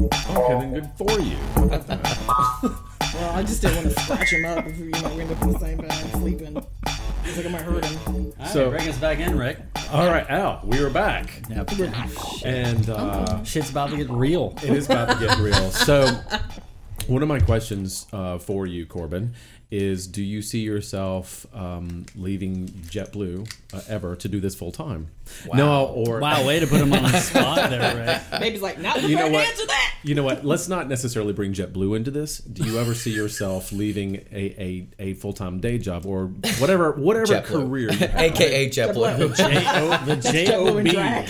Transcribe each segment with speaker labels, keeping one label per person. Speaker 1: Okay, then good for you. What the hell?
Speaker 2: Well, I just didn't want to scratch him up before you know we end up in the same bed sleeping. It's like I might hurt him.
Speaker 3: All right,
Speaker 1: So-
Speaker 3: bring us back in, Rick.
Speaker 1: All right, Al, we are back,
Speaker 3: Yep.
Speaker 1: and uh,
Speaker 3: Shit's about to get real.
Speaker 1: it is about to get real. So, one of my questions uh, for you, Corbin, is: Do you see yourself um, leaving JetBlue uh, ever to do this full time? No, or
Speaker 3: Wow, way to put him on the spot there, Rick.
Speaker 2: Baby's like, not
Speaker 1: You know
Speaker 2: prepared to
Speaker 1: what?
Speaker 2: answer that.
Speaker 1: You know what? Let's not necessarily bring JetBlue into this. Do you ever see yourself leaving a, a, a full time day job or whatever whatever
Speaker 4: JetBlue.
Speaker 1: career? You have?
Speaker 4: AKA JetBlue.
Speaker 3: J-O- the
Speaker 2: Doing
Speaker 3: J-O-B.
Speaker 2: drag.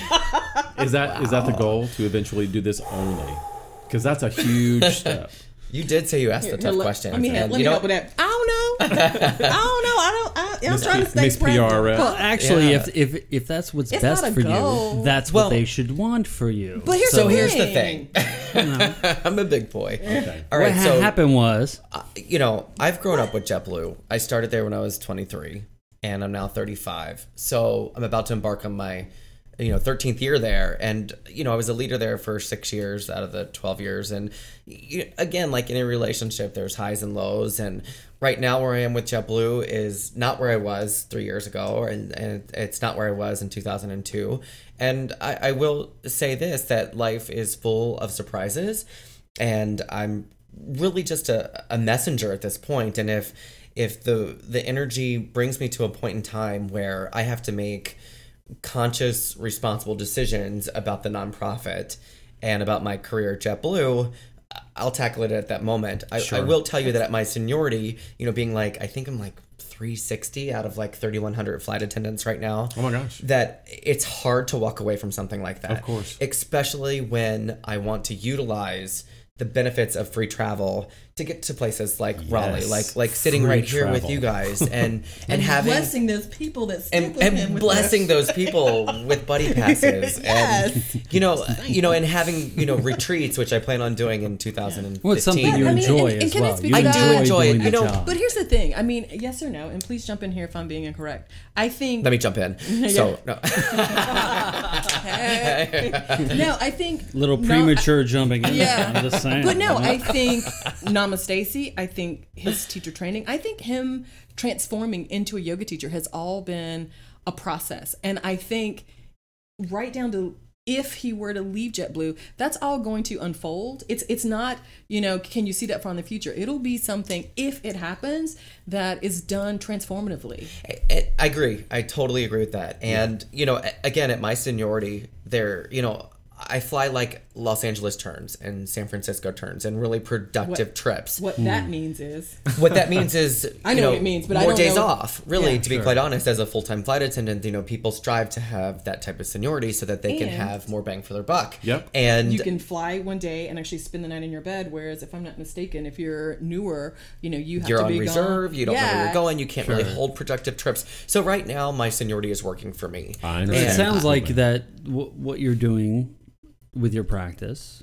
Speaker 1: Is that is that the goal to eventually do this only? Because that's a huge step.
Speaker 4: you did say you asked the
Speaker 2: Here,
Speaker 4: tough
Speaker 2: let-
Speaker 4: question.
Speaker 2: I mean,
Speaker 4: and
Speaker 2: let me
Speaker 4: you
Speaker 2: help
Speaker 4: don't-
Speaker 2: with that. I don't know. I don't know. I don't. I, I'm trying to stay
Speaker 1: Miss
Speaker 2: present.
Speaker 1: PRF.
Speaker 2: Fuck.
Speaker 3: Actually,
Speaker 4: Yeah.
Speaker 3: if, if if that's what's
Speaker 2: It's
Speaker 3: best
Speaker 2: not a
Speaker 3: for you,
Speaker 2: goal.
Speaker 3: that's
Speaker 4: Well-
Speaker 3: what they should want for you.
Speaker 2: But here's
Speaker 4: So
Speaker 2: the
Speaker 4: here's the
Speaker 2: thing.
Speaker 4: thing. I'm a big boy. Okay. All
Speaker 3: what
Speaker 4: right.
Speaker 3: ha-
Speaker 4: So
Speaker 3: happened was
Speaker 4: uh, you know, I've grown up with JetBlue. I started there when I was 23, and I'm now 35. So I'm about to embark on my, you know, 13th year there. And you know, I was a leader there for six years out of the 12 years. And y- again, like any relationship, there's highs and lows. And right now, where I am with JetBlue is not where I was three years ago, and and it's not where I was in 2002. And I, I will say this: that life is full of surprises and I'm really just a, a messenger at this point. And if if the the energy brings me to a point in time where I have to make conscious, responsible decisions about the nonprofit and about my career at JetBlue, I'll tackle it at that moment. I, I will tell you that at my seniority, you know, being like I think I'm like 360 out of like 3100 flight attendants right now. Oh
Speaker 1: my gosh.
Speaker 4: That it's hard to walk away from something like that. Of
Speaker 1: course.
Speaker 4: Especially when I want to utilize the benefits of free travel to get to places like Raleigh,
Speaker 3: Yes.
Speaker 4: like like sitting
Speaker 3: Free
Speaker 4: right here with
Speaker 3: travel.
Speaker 4: you guys and and having
Speaker 2: blessing those people that stick
Speaker 4: and,
Speaker 2: with him
Speaker 4: and
Speaker 2: with
Speaker 4: blessing
Speaker 2: their-
Speaker 4: those people with buddy passes
Speaker 2: Yes.
Speaker 4: and you know you know and having you know retreats which I plan on doing in 2015.
Speaker 3: well, it's something you
Speaker 2: I mean,
Speaker 3: enjoy
Speaker 2: and- and
Speaker 3: as
Speaker 2: can I
Speaker 3: well.
Speaker 2: speak
Speaker 3: You
Speaker 2: to that?
Speaker 4: I do enjoy it.
Speaker 3: doing the
Speaker 4: You know,
Speaker 3: job.
Speaker 2: But here's the thing. I mean, yes or no, and please jump in here if I'm being incorrect. I think
Speaker 4: Let me jump in. So no,
Speaker 2: no, I think
Speaker 3: little
Speaker 2: no,
Speaker 3: premature jumping in.
Speaker 2: Yeah.
Speaker 3: I'm just saying.
Speaker 2: But no, I think Namastasi, I think his teacher training, I think him transforming into a yoga teacher has all been a process. And I think right down to if he were to leave JetBlue, that's all going to unfold. It's it's not, you know, can you see that far in the future? It'll be something if it happens that is done transformatively.
Speaker 4: I, I agree. I totally agree with that. And you know, a- again, at my seniority, there, you know, I fly like Los Angeles turns and San Francisco turns and really productive
Speaker 2: What-
Speaker 4: trips.
Speaker 2: What that means is
Speaker 4: what that means is
Speaker 2: I
Speaker 4: you
Speaker 2: know what it means, but I
Speaker 4: more
Speaker 2: don't
Speaker 4: days
Speaker 2: know-
Speaker 4: off. Really,
Speaker 2: Yeah,
Speaker 4: to be quite honest, as a full time flight attendant, you know, people strive to have that type of seniority so that they can
Speaker 2: And-
Speaker 4: have more bang for their buck.
Speaker 1: Yep.
Speaker 4: And
Speaker 2: you can fly one day and actually spend the night in your bed. Whereas, if I'm not mistaken, if you're newer, you know you have
Speaker 4: you're
Speaker 2: to
Speaker 4: on
Speaker 2: be
Speaker 4: reserve.
Speaker 2: Gone.
Speaker 4: You don't know where
Speaker 2: Yeah.
Speaker 4: you're going. You can't really hold productive trips. So right now, my seniority is working for me.
Speaker 1: I
Speaker 4: And-
Speaker 1: understand.
Speaker 3: It sounds like that w- what you're doing with your practice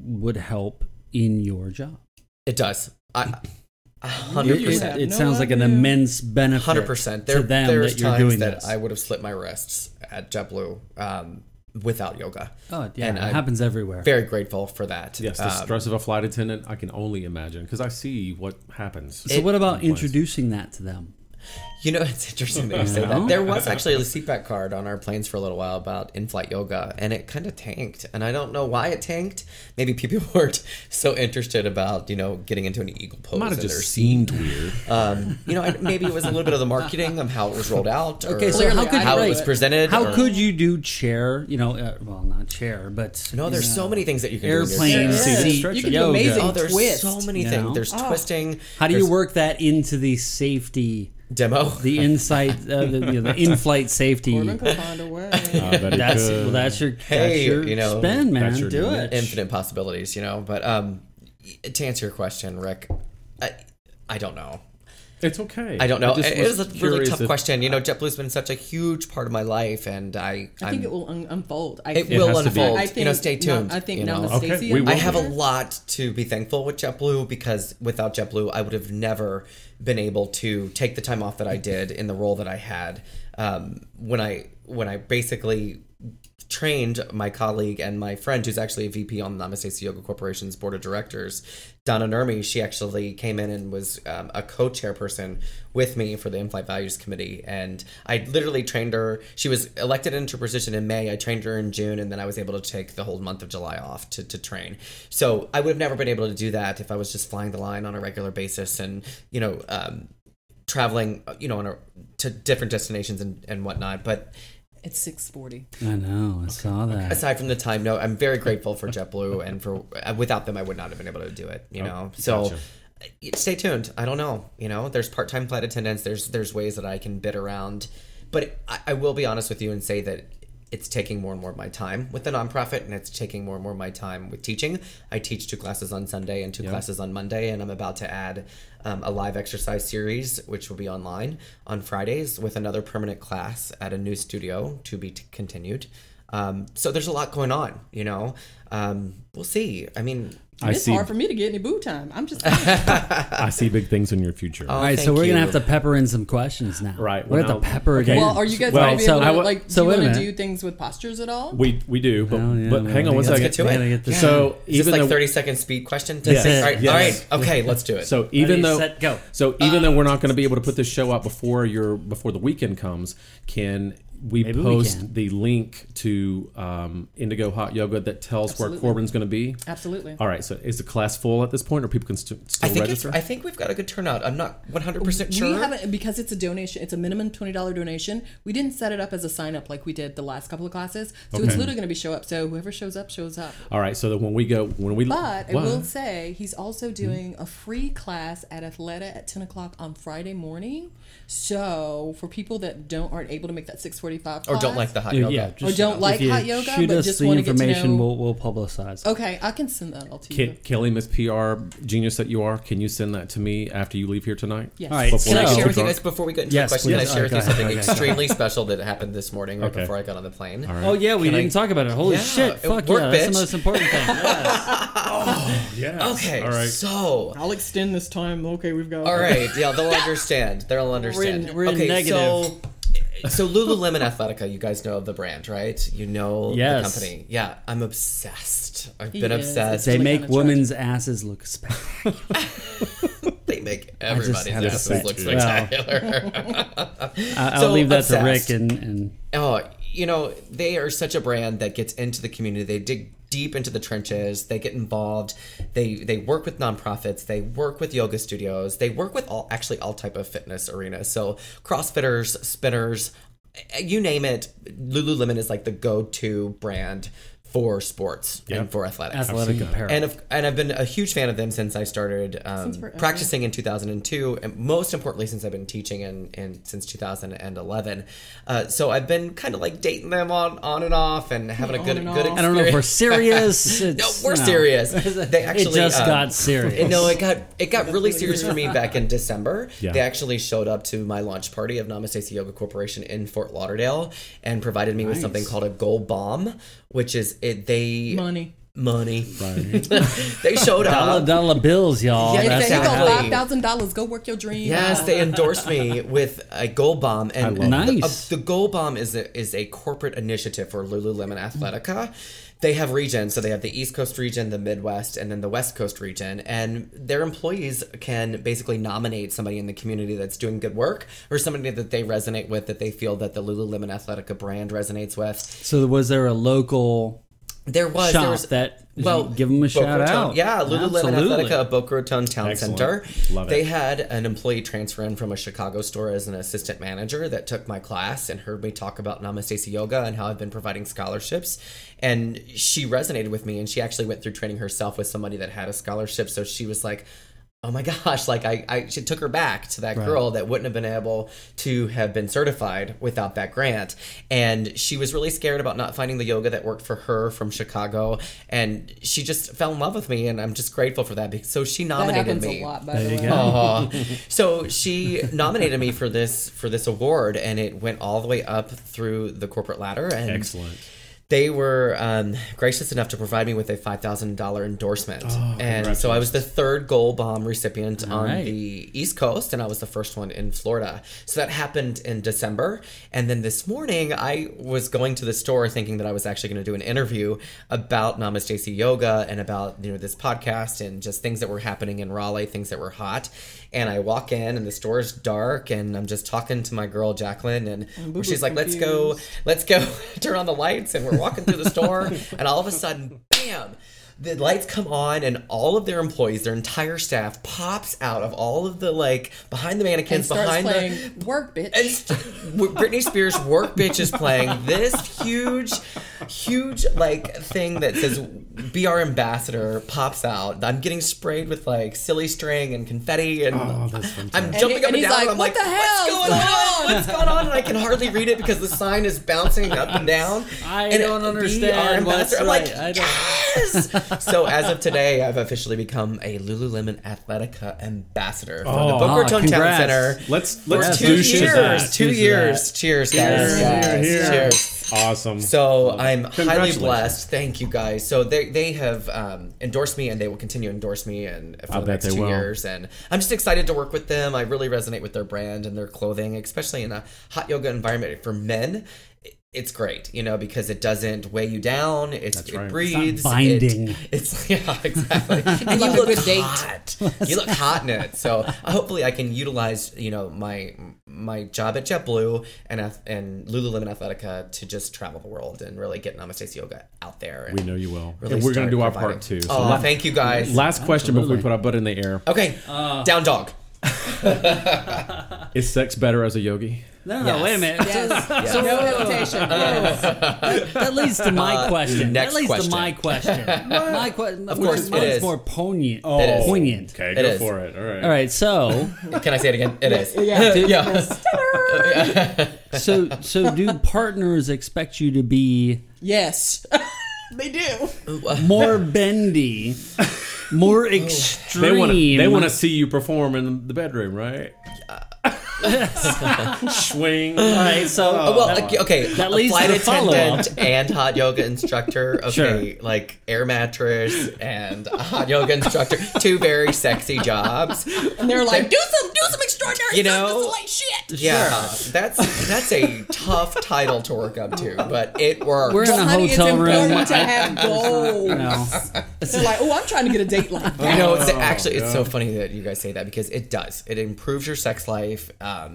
Speaker 3: would help in your job.
Speaker 4: It does. I, a
Speaker 3: It,
Speaker 4: hundred
Speaker 3: it-
Speaker 4: percent.
Speaker 3: it
Speaker 2: No
Speaker 3: sounds like an
Speaker 2: idea.
Speaker 3: immense benefit
Speaker 4: Hundred percent.
Speaker 3: to
Speaker 4: There,
Speaker 3: them
Speaker 4: there's
Speaker 3: that you're
Speaker 4: times
Speaker 3: doing
Speaker 4: that
Speaker 3: this.
Speaker 4: I would have slipped my wrists at JetBlue um, without yoga.
Speaker 3: oh, yeah,
Speaker 4: and
Speaker 3: it
Speaker 4: I'm
Speaker 3: happens everywhere.
Speaker 4: Very grateful for that. Um,
Speaker 1: Yes, the stress of a flight attendant, I can only imagine because I see what happens.
Speaker 3: so what about introducing that to them?
Speaker 4: You know, it's interesting that you say that. There was actually a seatback card on our planes for a little while about in-flight yoga, and it kind of tanked. And I don't know why it tanked. Maybe people weren't so interested about you know getting into an eagle pose.
Speaker 1: might have
Speaker 4: in their
Speaker 1: just seemed
Speaker 4: seat.
Speaker 1: weird.
Speaker 4: Um, you know, I- maybe it was a little bit of the marketing of how it was rolled out. Or
Speaker 3: Okay, so
Speaker 2: Clearly,
Speaker 3: how could
Speaker 2: I
Speaker 4: how
Speaker 2: know
Speaker 4: it was
Speaker 2: it.
Speaker 4: presented?
Speaker 3: How
Speaker 4: or-
Speaker 3: could you do chair? You know, uh, well, not chair, but
Speaker 4: No, there's
Speaker 3: you
Speaker 4: so
Speaker 3: know,
Speaker 4: many things that you can do. in your
Speaker 3: airplane
Speaker 4: chair.
Speaker 2: Yes.
Speaker 3: seat.
Speaker 2: You can do
Speaker 3: yoga.
Speaker 2: amazing
Speaker 4: Oh, there's
Speaker 2: twist,
Speaker 4: so many
Speaker 3: you
Speaker 4: things.
Speaker 3: know?
Speaker 4: There's twisting.
Speaker 3: How do you
Speaker 4: there's
Speaker 3: work that into the safety,
Speaker 4: demo?
Speaker 3: the insight, uh, the, you know, the in-flight safety?
Speaker 2: Corbin could find a way.
Speaker 1: I bet he
Speaker 3: That's
Speaker 1: could.
Speaker 3: well, that's your that's
Speaker 4: Hey,
Speaker 3: your
Speaker 4: you know,
Speaker 3: spend, man.
Speaker 1: that's your
Speaker 3: do
Speaker 1: niche.
Speaker 3: it.
Speaker 4: infinite possibilities, you know. But um, to answer your question, Rick, I, I don't know.
Speaker 1: It's okay.
Speaker 4: I don't know.
Speaker 1: I just
Speaker 4: it
Speaker 1: was
Speaker 4: is a really
Speaker 1: curious
Speaker 4: tough
Speaker 1: if-
Speaker 4: question. You know, JetBlue's been such a huge part of my life, and I
Speaker 2: I think
Speaker 4: I'm-
Speaker 2: it will un- unfold. I
Speaker 4: it
Speaker 2: think-
Speaker 4: will
Speaker 1: has to Uh, be.
Speaker 4: unfold.
Speaker 2: I think,
Speaker 4: you know, stay tuned.
Speaker 2: I think
Speaker 4: you know.
Speaker 2: Nama
Speaker 1: Okay,
Speaker 2: Stacy
Speaker 1: we
Speaker 2: is
Speaker 1: will.
Speaker 4: I have a
Speaker 2: here.
Speaker 4: lot to be thankful with JetBlue because without JetBlue, I would have never been able to take the time off that I did in the role that I had. Um, when I when I basically trained my colleague and my friend, who's actually a VP on Namaste Yoga Corporation's board of directors, Donna Nurmi, she actually came in and was um, a co-chairperson with me for the In-Flight Values Committee. And I literally trained her. She was elected into position in May. I trained her in June, and then I was able to take the whole month of July off to, to train. So I would have never been able to do that if I was just flying the line on a regular basis and, you know, um, traveling, you know, on a, to different destinations and, and whatnot. But
Speaker 2: It's six forty.
Speaker 3: I know. I saw that.
Speaker 4: aside from the time no i'm very grateful for jetblue and for uh, without them i would not have been able to do it you know so
Speaker 1: gotcha.
Speaker 4: uh, stay tuned i don't know you know there's part-time flight attendants there's there's ways that i can bid around but I, I will be honest with you and say that it's taking more and more of my time with the nonprofit and it's taking more and more of my time with teaching i teach two classes on sunday and two classes on monday and i'm about to add um, a live exercise series which will be online on fridays with another permanent class at a new studio to be t- continued um, so there's a lot going on, you know. Um, we'll see. I mean,
Speaker 1: I
Speaker 2: It's
Speaker 1: see.
Speaker 2: hard for me to get any boo time. I'm just
Speaker 1: I see big things in your future.
Speaker 3: All right, so
Speaker 4: thank
Speaker 3: we're gonna
Speaker 4: you.
Speaker 3: have to pepper in some questions now.
Speaker 1: Right,
Speaker 3: We're
Speaker 1: well,
Speaker 3: gonna have to
Speaker 1: now-
Speaker 3: pepper
Speaker 1: okay.
Speaker 3: it in.
Speaker 2: well. Are you guys
Speaker 1: Well,
Speaker 2: gonna be
Speaker 1: so
Speaker 2: able to
Speaker 1: I wa-
Speaker 2: like?
Speaker 3: so
Speaker 2: do
Speaker 3: wait
Speaker 2: you
Speaker 3: a
Speaker 2: want to
Speaker 3: minute.
Speaker 2: do things with postures at all?
Speaker 1: we we do, but
Speaker 3: Oh, yeah,
Speaker 1: but
Speaker 3: well,
Speaker 1: hang on one
Speaker 3: let's
Speaker 1: second.
Speaker 4: get to it.
Speaker 3: We gotta get this-
Speaker 1: So
Speaker 4: Is this
Speaker 1: even
Speaker 4: like
Speaker 1: though
Speaker 4: 30 second speed question?
Speaker 1: Yes.
Speaker 4: All right, all
Speaker 1: Yes.
Speaker 4: right. Okay, let's do it.
Speaker 1: So even
Speaker 3: Ready,
Speaker 1: though
Speaker 3: set, go.
Speaker 1: so even though we're not going to be able to put this show out before your before the weekend comes, can we
Speaker 3: Maybe we
Speaker 1: post
Speaker 3: can.
Speaker 1: the link to um, Indigo Hot Yoga that tells
Speaker 2: Absolutely.
Speaker 1: where Corbin's going to be?
Speaker 2: Absolutely.
Speaker 1: All right. So is the class full at this point, or people can st-
Speaker 4: I
Speaker 1: still
Speaker 4: think it's,
Speaker 1: register?
Speaker 4: I think we've got a good turnout. I'm not 100% sure.
Speaker 2: We haven't because it's a donation. It's a minimum twenty dollar donation. We didn't set it up as a sign up like we did the last couple of classes. So it's
Speaker 1: Okay.
Speaker 2: literally going to be show up. So whoever shows up shows up.
Speaker 1: All right. So that when we go, when we
Speaker 2: But I
Speaker 1: What?
Speaker 2: will say he's also
Speaker 4: Hmm.
Speaker 2: doing a free class at Athleta at ten o'clock on Friday morning. So for people that don't aren't able to make that six forty five
Speaker 4: or don't like the hot yoga.
Speaker 3: yeah, just,
Speaker 2: don't
Speaker 3: if
Speaker 2: like
Speaker 3: you
Speaker 2: hot yoga,
Speaker 3: Shoot
Speaker 2: but
Speaker 3: us
Speaker 2: just
Speaker 3: the
Speaker 2: wanna get to
Speaker 3: information.
Speaker 2: know-
Speaker 3: We'll we'll publicize.
Speaker 2: Okay, I can send that all to you.
Speaker 1: Ki- Kelly, Miss PR genius that you are, can you send that to me after you leave here tonight?
Speaker 2: Yes.
Speaker 3: All right,
Speaker 1: Before
Speaker 4: Can I
Speaker 1: it's
Speaker 3: so-
Speaker 1: too
Speaker 4: share with you
Speaker 1: dark?
Speaker 4: guys before we get into
Speaker 3: Yes,
Speaker 4: the question?
Speaker 3: please.
Speaker 4: Can I share with you
Speaker 3: Okay,
Speaker 4: something
Speaker 3: okay, okay.
Speaker 4: extremely special that happened this morning right
Speaker 1: Okay.
Speaker 4: before I got on the plane?
Speaker 3: Oh yeah, we
Speaker 4: Can I-
Speaker 3: didn't talk about it. Holy
Speaker 4: Yeah,
Speaker 3: shit!
Speaker 4: it
Speaker 3: Fuck
Speaker 4: worked,
Speaker 3: yeah, that's
Speaker 4: bitch.
Speaker 3: the most important thing. Yes.
Speaker 1: Yes.
Speaker 4: Okay,
Speaker 1: All right.
Speaker 4: so
Speaker 2: I'll extend this time. Okay, we've got
Speaker 4: All right, yeah, they'll understand. They'll understand.
Speaker 3: we're in
Speaker 4: okay,
Speaker 3: negative.
Speaker 4: so so Lululemon Athletica, you guys know the brand, right? You know
Speaker 3: Yes.
Speaker 4: the company. Yeah, I'm obsessed. I've
Speaker 2: He
Speaker 4: been
Speaker 2: is.
Speaker 4: obsessed.
Speaker 3: they
Speaker 2: really
Speaker 3: make
Speaker 2: kinda tragic.
Speaker 3: women's asses look spectacular.
Speaker 4: They make
Speaker 3: just
Speaker 4: everybody's
Speaker 3: had to say-
Speaker 4: asses look
Speaker 3: Well.
Speaker 4: spectacular.
Speaker 3: I- I'll
Speaker 4: So
Speaker 3: leave that
Speaker 4: obsessed.
Speaker 3: to Rick and, and
Speaker 4: oh, you know, they are such a brand that gets into the community. They dig deep into the trenches. They get involved. They they work with nonprofits. They work with yoga studios. They work with all actually all type of fitness arenas. So CrossFitters, spinners, you name it. Lululemon is like the go to brand for sports and for athletics.
Speaker 3: athletic
Speaker 1: that.
Speaker 3: apparel.
Speaker 4: And, of, and I've been a huge fan of them since I started um,
Speaker 2: forever.
Speaker 4: practicing in 2002, and most importantly, since I've been teaching and, and since 2011. Uh, so I've been kind of like dating them on on and off and having a good
Speaker 2: and
Speaker 4: good.
Speaker 2: off.
Speaker 4: Experience.
Speaker 3: I don't know if we're serious.
Speaker 4: no,
Speaker 3: It's-
Speaker 4: we're serious. They actually
Speaker 3: it just
Speaker 4: um,
Speaker 3: got serious.
Speaker 4: no, it got it got really serious for me back in December.
Speaker 1: Yeah.
Speaker 4: They actually showed up to my launch party of Namaste Yoga Corporation in Fort Lauderdale and provided me with something called a gold bomb, which is it they
Speaker 2: money.
Speaker 4: money. they showed
Speaker 3: dollar
Speaker 4: up.
Speaker 3: dollar bills, y'all.
Speaker 4: Yeah,
Speaker 2: If
Speaker 3: That's
Speaker 2: they
Speaker 4: exactly.
Speaker 2: go five thousand dollars, go work your dream.
Speaker 4: Yes, they endorsed me with a gold bomb, and
Speaker 1: I love
Speaker 4: the, uh,
Speaker 3: it. Nice.
Speaker 4: the gold bomb is a, is a corporate initiative for Lululemon Athletica. They have regions, so they have the East Coast region, the Midwest, and then the West Coast region, and their employees can basically nominate somebody in the community that's doing good work or somebody that they resonate with, that they feel that the Lululemon Athletica brand resonates with.
Speaker 3: So was there a local
Speaker 4: There was
Speaker 3: shop
Speaker 4: there was
Speaker 3: that
Speaker 4: well,
Speaker 3: well give them a
Speaker 4: Boca
Speaker 3: shout
Speaker 4: Raton-
Speaker 3: out?
Speaker 4: Yeah, Lululemon
Speaker 3: Absolutely.
Speaker 4: Athletica, Boca Raton Town
Speaker 1: Excellent.
Speaker 4: Center.
Speaker 1: Love it.
Speaker 4: They had an employee transfer in from a Chicago store as an assistant manager that took my class and heard me talk about Namaste Yoga and how I've been providing scholarships. And she resonated with me, and she actually went through training herself with somebody that had a scholarship. So she was like. oh my gosh, like I, I she took her back to that girl that wouldn't have been able to have been certified without that grant. And she was really scared about not finding the yoga that worked for her from Chicago. And she just fell in love with me. And I'm just grateful for that. Because, so she
Speaker 2: That
Speaker 4: nominated
Speaker 2: happens
Speaker 4: me.
Speaker 2: a lot, by the way.
Speaker 4: Aw. so she nominated me for this for this award, and it went all the way up through the corporate ladder. And
Speaker 1: Excellent.
Speaker 4: They were um, gracious enough to provide me with a five thousand dollar endorsement, and so I was the third Gold Bomb recipient on
Speaker 3: right.
Speaker 4: the East Coast, and I was the first one in Florida. So that happened in December, and then this morning I was going to the store thinking that I was actually going to do an interview about Namaste Sea Yoga and about you know this podcast and just things that were happening in Raleigh, things that were hot. And I walk in, and the store is dark, and I'm just talking to my girl Jacqueline, and
Speaker 2: Boo-Boo's
Speaker 4: she's like, "Let's go." let's go turn on the lights and we're walking through the store and all of a sudden bam the lights come on and all of their employees their entire staff pops out of all of the like behind the
Speaker 2: And
Speaker 4: mannequins
Speaker 2: starts
Speaker 4: behind
Speaker 2: playing
Speaker 4: the
Speaker 2: work, bitch.
Speaker 4: and st- Britney Spears work bitch is playing this huge, huge like thing that says "Be our ambassador" pops out. I'm getting sprayed with like silly string and confetti, and
Speaker 3: Oh,
Speaker 4: I'm jumping
Speaker 2: he-
Speaker 4: up and,
Speaker 2: and he's
Speaker 4: down.
Speaker 2: like,
Speaker 4: and
Speaker 2: "What
Speaker 4: I'm like,
Speaker 2: the hell
Speaker 4: What's
Speaker 2: is
Speaker 4: going
Speaker 2: going
Speaker 4: on?
Speaker 2: on?"
Speaker 4: What's going on? And I can hardly read it because the sign is bouncing up and down.
Speaker 3: I
Speaker 4: and
Speaker 3: don't
Speaker 4: "Be our
Speaker 3: understand what's
Speaker 4: ambassador." I'm like,
Speaker 3: right. I don't-
Speaker 4: yes. so as of today, I've officially become a Lululemon Athletica ambassador from the
Speaker 1: Oh,
Speaker 4: Boca
Speaker 3: ah,
Speaker 4: Raton Town
Speaker 3: congrats.
Speaker 4: Center.
Speaker 1: Let's
Speaker 4: For
Speaker 1: let's
Speaker 4: two
Speaker 1: douche into
Speaker 4: years.
Speaker 1: that.
Speaker 4: Two
Speaker 3: Douche to
Speaker 4: years. Cheers, guys. Yes,
Speaker 1: Here, here.
Speaker 4: Cheers.
Speaker 1: Awesome.
Speaker 4: So I'm highly
Speaker 1: Congratulations.
Speaker 4: blessed. Thank you guys. So they they have um, endorsed me and they will continue to endorse me and for
Speaker 1: I bet
Speaker 4: the next
Speaker 1: they
Speaker 4: two
Speaker 1: will.
Speaker 4: years. And I'm just excited to work with them. I really resonate with their brand and their clothing, especially in a hot yoga environment for men. it- It's great, you know, because it doesn't weigh you down. It's, it
Speaker 1: right. It's not
Speaker 4: breathes. It-
Speaker 3: binding.
Speaker 4: it's yeah, exactly. And
Speaker 2: Like
Speaker 4: you
Speaker 2: a
Speaker 4: look
Speaker 2: good date.
Speaker 4: hot. You look hot in it. So uh, hopefully, I can utilize you know my my job at JetBlue and ath- and Lululemon Athletica to just travel the world and really get Namaste Yoga out there. And
Speaker 1: we know you will.
Speaker 4: really
Speaker 1: and we're
Speaker 4: start
Speaker 1: gonna do our
Speaker 4: providing-
Speaker 1: part too. So
Speaker 4: oh,
Speaker 1: la-
Speaker 4: thank you guys.
Speaker 1: last question before we put our butt in the air.
Speaker 4: okay,
Speaker 2: Uh.
Speaker 4: down dog.
Speaker 1: Is sex better as a yogi?
Speaker 3: No, no, wait a minute.
Speaker 2: Yes. No hesitation. Yes.
Speaker 3: That leads to my question.
Speaker 4: Uh, next
Speaker 3: that leads
Speaker 4: question.
Speaker 3: to my question. my question. Of
Speaker 4: course, it
Speaker 3: mine's
Speaker 4: is.
Speaker 3: more poignant.
Speaker 4: is.
Speaker 3: Poignant.
Speaker 1: Okay,
Speaker 4: It
Speaker 1: go
Speaker 4: is.
Speaker 1: for it. All right.
Speaker 3: All right, so
Speaker 4: Can I say it again? It is.
Speaker 2: Yeah.
Speaker 4: Yeah.
Speaker 3: so so do partners expect you to be
Speaker 2: Yes. they do.
Speaker 3: more bendy, more extreme?
Speaker 1: They want to. They want to see you perform in the bedroom, right? Swing.
Speaker 3: All right, so oh,
Speaker 4: Well, okay, okay.
Speaker 3: That
Speaker 4: a
Speaker 3: leads to
Speaker 4: flight
Speaker 3: the follow-up.
Speaker 4: attendant and hot yoga instructor. Okay, like air mattress and a hot yoga instructor. Two very sexy jobs.
Speaker 2: And they're like, do some, do some extraordinary
Speaker 4: You
Speaker 2: stuff.
Speaker 4: know-
Speaker 2: This is like shit.
Speaker 4: Yeah, that's that's a tough title to work up to, but it works.
Speaker 3: We're in a
Speaker 2: Honey,
Speaker 3: hotel
Speaker 2: it's
Speaker 3: room.
Speaker 2: important to have goals.
Speaker 1: uh,
Speaker 3: No.
Speaker 2: They're like, oh, I'm trying to get a date like that.
Speaker 4: you know,
Speaker 3: Oh,
Speaker 4: it's actually it's so funny that you guys say that because it does. It improves your sex life. Um,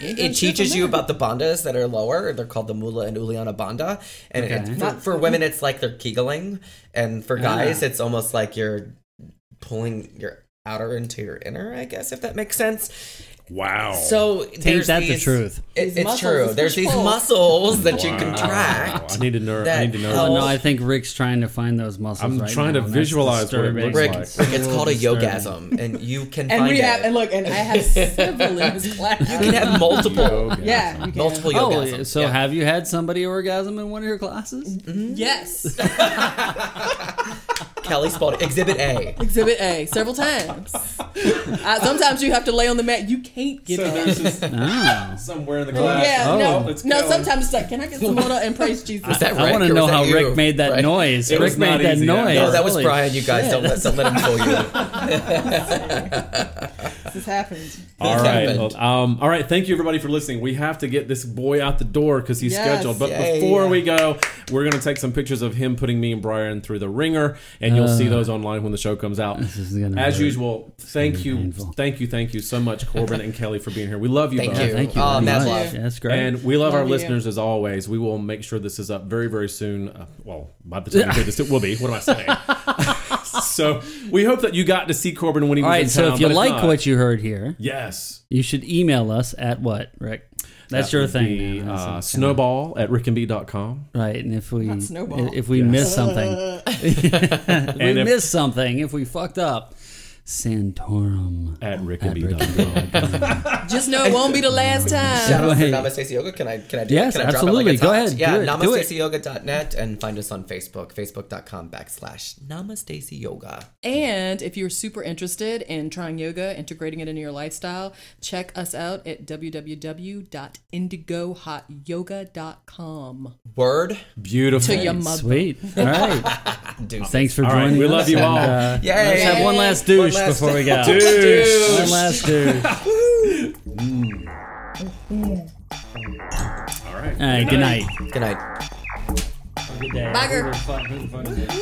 Speaker 4: it, it teaches you about the bandhas that are lower. They're called the mula and uliana bandha, and it- for, for women, it's like they're kegeling, and
Speaker 3: Ah.
Speaker 4: for guys, it's almost like you're pulling your outer into your inner. I guess if that makes sense.
Speaker 1: Wow.
Speaker 4: So
Speaker 3: Ain't
Speaker 4: there's
Speaker 3: that the
Speaker 4: these-
Speaker 3: truth?
Speaker 4: It, it's
Speaker 2: muscles
Speaker 4: true.
Speaker 2: is
Speaker 4: There's
Speaker 2: which
Speaker 4: these
Speaker 2: pulls.
Speaker 4: muscles that you
Speaker 1: Wow.
Speaker 4: contract.
Speaker 1: I need to know. I
Speaker 4: that
Speaker 1: need to know.
Speaker 4: help.
Speaker 3: Oh no, I think Rick's trying to find those muscles.
Speaker 1: I'm
Speaker 3: right
Speaker 1: trying
Speaker 3: now,
Speaker 1: to
Speaker 3: and that's
Speaker 1: visualize what it
Speaker 3: disturbing.
Speaker 1: looks like.
Speaker 4: Rick, it's called a
Speaker 3: disturbing.
Speaker 4: yogasm, and you can
Speaker 2: And
Speaker 4: find
Speaker 2: we have,
Speaker 4: it.
Speaker 2: and look, and I have several in this class.
Speaker 4: you can have multiple,
Speaker 1: Yoga.
Speaker 2: yeah, you can.
Speaker 4: multiple
Speaker 3: Oh,
Speaker 4: yogasms.
Speaker 3: so
Speaker 4: yeah.
Speaker 3: have you had somebody orgasm in one of your classes?
Speaker 2: Yes.
Speaker 4: Kelly spelled Exhibit A.
Speaker 2: Exhibit A, several times. Uh, sometimes you have to lay on the mat. You can't get
Speaker 1: So
Speaker 2: up.
Speaker 1: there's just
Speaker 3: Oh.
Speaker 1: somewhere in the class.
Speaker 2: Yeah,
Speaker 1: oh,
Speaker 2: no,
Speaker 1: let's
Speaker 2: no.
Speaker 1: go.
Speaker 2: Sometimes it's like, can I get some water and praise Jesus?
Speaker 4: that
Speaker 3: I
Speaker 4: Rick,
Speaker 3: want to
Speaker 4: or
Speaker 3: know
Speaker 4: was
Speaker 3: how
Speaker 4: that you?
Speaker 3: Rick made that
Speaker 4: Right.
Speaker 3: noise.
Speaker 1: It
Speaker 3: Rick
Speaker 1: was not
Speaker 3: made that
Speaker 1: easy, yeah.
Speaker 3: noise.
Speaker 1: No,
Speaker 4: Oh, that was
Speaker 3: Holy
Speaker 4: Brian. You guys
Speaker 3: shit.
Speaker 4: don't let, don't let him fool you.
Speaker 2: this happened.
Speaker 1: All right.
Speaker 4: happened.
Speaker 1: Um, all right. Thank you, everybody, for listening. We have to get this boy out the door because he's
Speaker 2: Yes.
Speaker 1: scheduled. But
Speaker 4: Yay.
Speaker 1: before we go, we're going to take some pictures of him putting me and Brian through the ringer, and you'll see those online when the show comes out.
Speaker 3: is gonna
Speaker 1: As
Speaker 3: hurt.
Speaker 1: usual, thank you,
Speaker 3: painful.
Speaker 1: thank you, thank you so much, Corbin and Kelly, for being here. We love you
Speaker 4: Thank
Speaker 1: both.
Speaker 4: you.
Speaker 3: Thank you.
Speaker 4: Oh,
Speaker 3: very
Speaker 4: that's
Speaker 3: much.
Speaker 4: love.
Speaker 3: That's great.
Speaker 1: And we love, our
Speaker 2: you.
Speaker 1: listeners as always. We will make sure this is up very, very soon. Uh, well, by the time you hear this, it will be. What am I saying? so we hope that you got to see Corbin when he was
Speaker 3: All right,
Speaker 1: in
Speaker 3: so
Speaker 1: town,
Speaker 3: if you
Speaker 1: but
Speaker 3: like
Speaker 1: not,
Speaker 3: what you heard here,
Speaker 1: yes,
Speaker 3: you should email us at what, Rick? That's
Speaker 1: that
Speaker 3: your
Speaker 1: would be,
Speaker 3: thing. now.
Speaker 1: uh,
Speaker 3: That's-
Speaker 1: snowball at rickandb.com.
Speaker 3: right, and if we
Speaker 2: snowball.
Speaker 3: if we miss something,
Speaker 1: And
Speaker 3: we
Speaker 1: if-
Speaker 3: miss something, if we fucked up, Santorum.
Speaker 1: At
Speaker 3: Rickaby.com.
Speaker 2: Just know it won't be the last time.
Speaker 4: Shout out to
Speaker 3: Right.
Speaker 4: Namaste Yoga. Can I can I do
Speaker 3: Yes,
Speaker 4: it? Can I
Speaker 3: absolutely.
Speaker 4: Drop it
Speaker 3: Go
Speaker 4: like it's
Speaker 3: ahead.
Speaker 4: hot?
Speaker 3: Do it.
Speaker 4: Yeah,
Speaker 3: Do it.
Speaker 4: namastacyyoga.net and find us on Facebook, facebook.com backslash namastacy yoga.
Speaker 2: And if you're super interested in trying yoga, integrating it into your lifestyle, check us out at www.indigohotyoga.com.
Speaker 4: Word.
Speaker 1: Beautiful.
Speaker 2: To your mother.
Speaker 3: Sweet. All right.
Speaker 4: Deuces.
Speaker 3: Thanks for
Speaker 1: All right,
Speaker 3: joining
Speaker 1: we
Speaker 3: us.
Speaker 1: love you
Speaker 3: and,
Speaker 1: all.
Speaker 3: uh,
Speaker 4: Yay.
Speaker 3: Let's have one last douche
Speaker 4: last
Speaker 3: before we go.
Speaker 1: Douche.
Speaker 3: One last douche.
Speaker 1: All right.
Speaker 3: All right. Mm. Good night.
Speaker 4: Good night.
Speaker 3: Good day.
Speaker 2: Bagger.